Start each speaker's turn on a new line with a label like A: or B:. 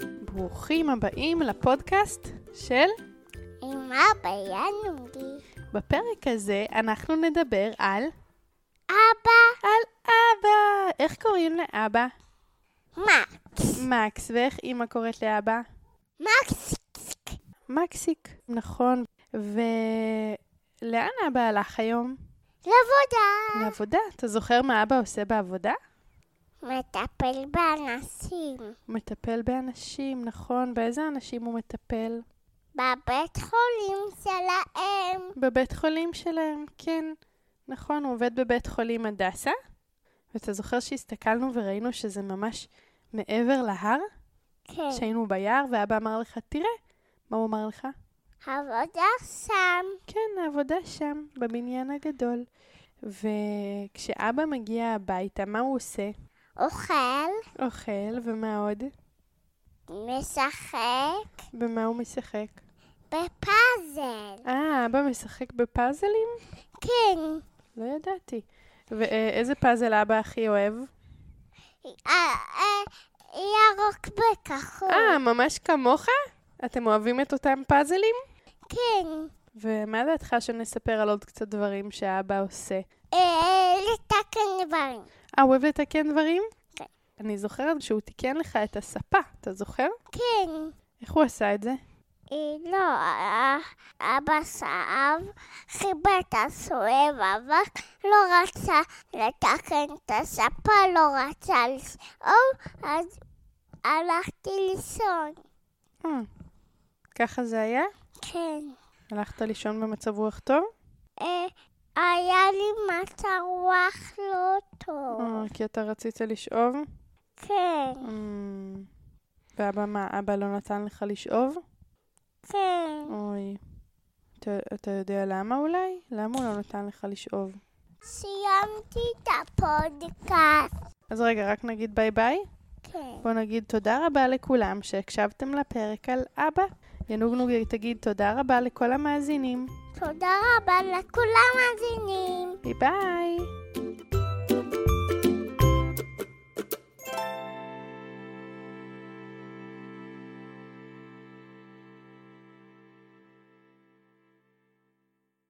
A: וברוכים הבאים לפודקאסט של...
B: אמא בינורי.
A: בפרק הזה אנחנו נדבר על...
B: אבא
A: על אבא! איך קוראים לאבא?
B: מקס.
A: מקס, ואיך אימא קוראת לאבא?
B: מקס.
A: מקסיק, נכון. ולאן אבא הלך היום?
B: לעבודה.
A: לעבודה. אתה זוכר מה אבא עושה בעבודה?
B: מטפל באנשים.
A: הוא מטפל באנשים, נכון? באיזה אנשים הוא מטפל?
B: בבית חולים שלהם.
A: בבית חולים שלהם, כן. נכון, הוא עובד בבית חולים הדסה. ואתה זוכר שהסתכלנו וראינו שזה ממש מעבר להר?
B: כן.
A: שהיינו ביער, ואבא אמר לך, תראה. מה הוא אמר לך?
B: עבודה שם.
A: כן, העבודה שם, בבניין הגדול. וכשאבא מגיע הביתה, מה הוא עושה?
B: אוכל.
A: אוכל, ומה עוד?
B: משחק.
A: במה הוא משחק?
B: בפאזל.
A: אה, אבא משחק בפאזלים?
B: כן.
A: לא ידעתי. ואיזה פאזל אבא הכי אוהב?
B: אה, אה, ירוק בכחול.
A: אה, ממש כמוך? אתם אוהבים את אותם פאזלים?
B: כן.
A: ומה דעתך שנספר על עוד קצת דברים שאבא עושה?
B: אה, לתקן דברים.
A: אה, הוא אוהב לתקן דברים?
B: כן.
A: אני זוכרת שהוא תיקן לך את הספה, אתה זוכר?
B: כן.
A: איך הוא עשה את זה?
B: אה, לא, אה, אבא שאב, חיבר את הסואב, אבל לא רצה לתקן את הספה, לא רצה לשאוב, אז הלכתי לישון.
A: אה, ככה זה היה?
B: כן.
A: הלכת לישון במצב רוח טוב?
B: אה, היה לי מצב רוח לא
A: אה,
B: טוב.
A: כי אתה רצית לשאוב?
B: כן,
A: אה, ואבא מה, אבא לא נתן לך לשאוב?
B: כן.
A: אוי. אתה, אתה יודע למה אולי? למה הוא לא נתן לך לשאוב?
B: סיימתי את הפודקאסט.
A: אז רגע, רק נגיד ביי ביי.
B: כן.
A: בואו נגיד תודה רבה לכולם שהקשבתם לפרק על אבא. ינוגנוגי תגיד תודה רבה לכל המאזינים.
B: תודה רבה לכל המאזינים.
A: ביי ביי!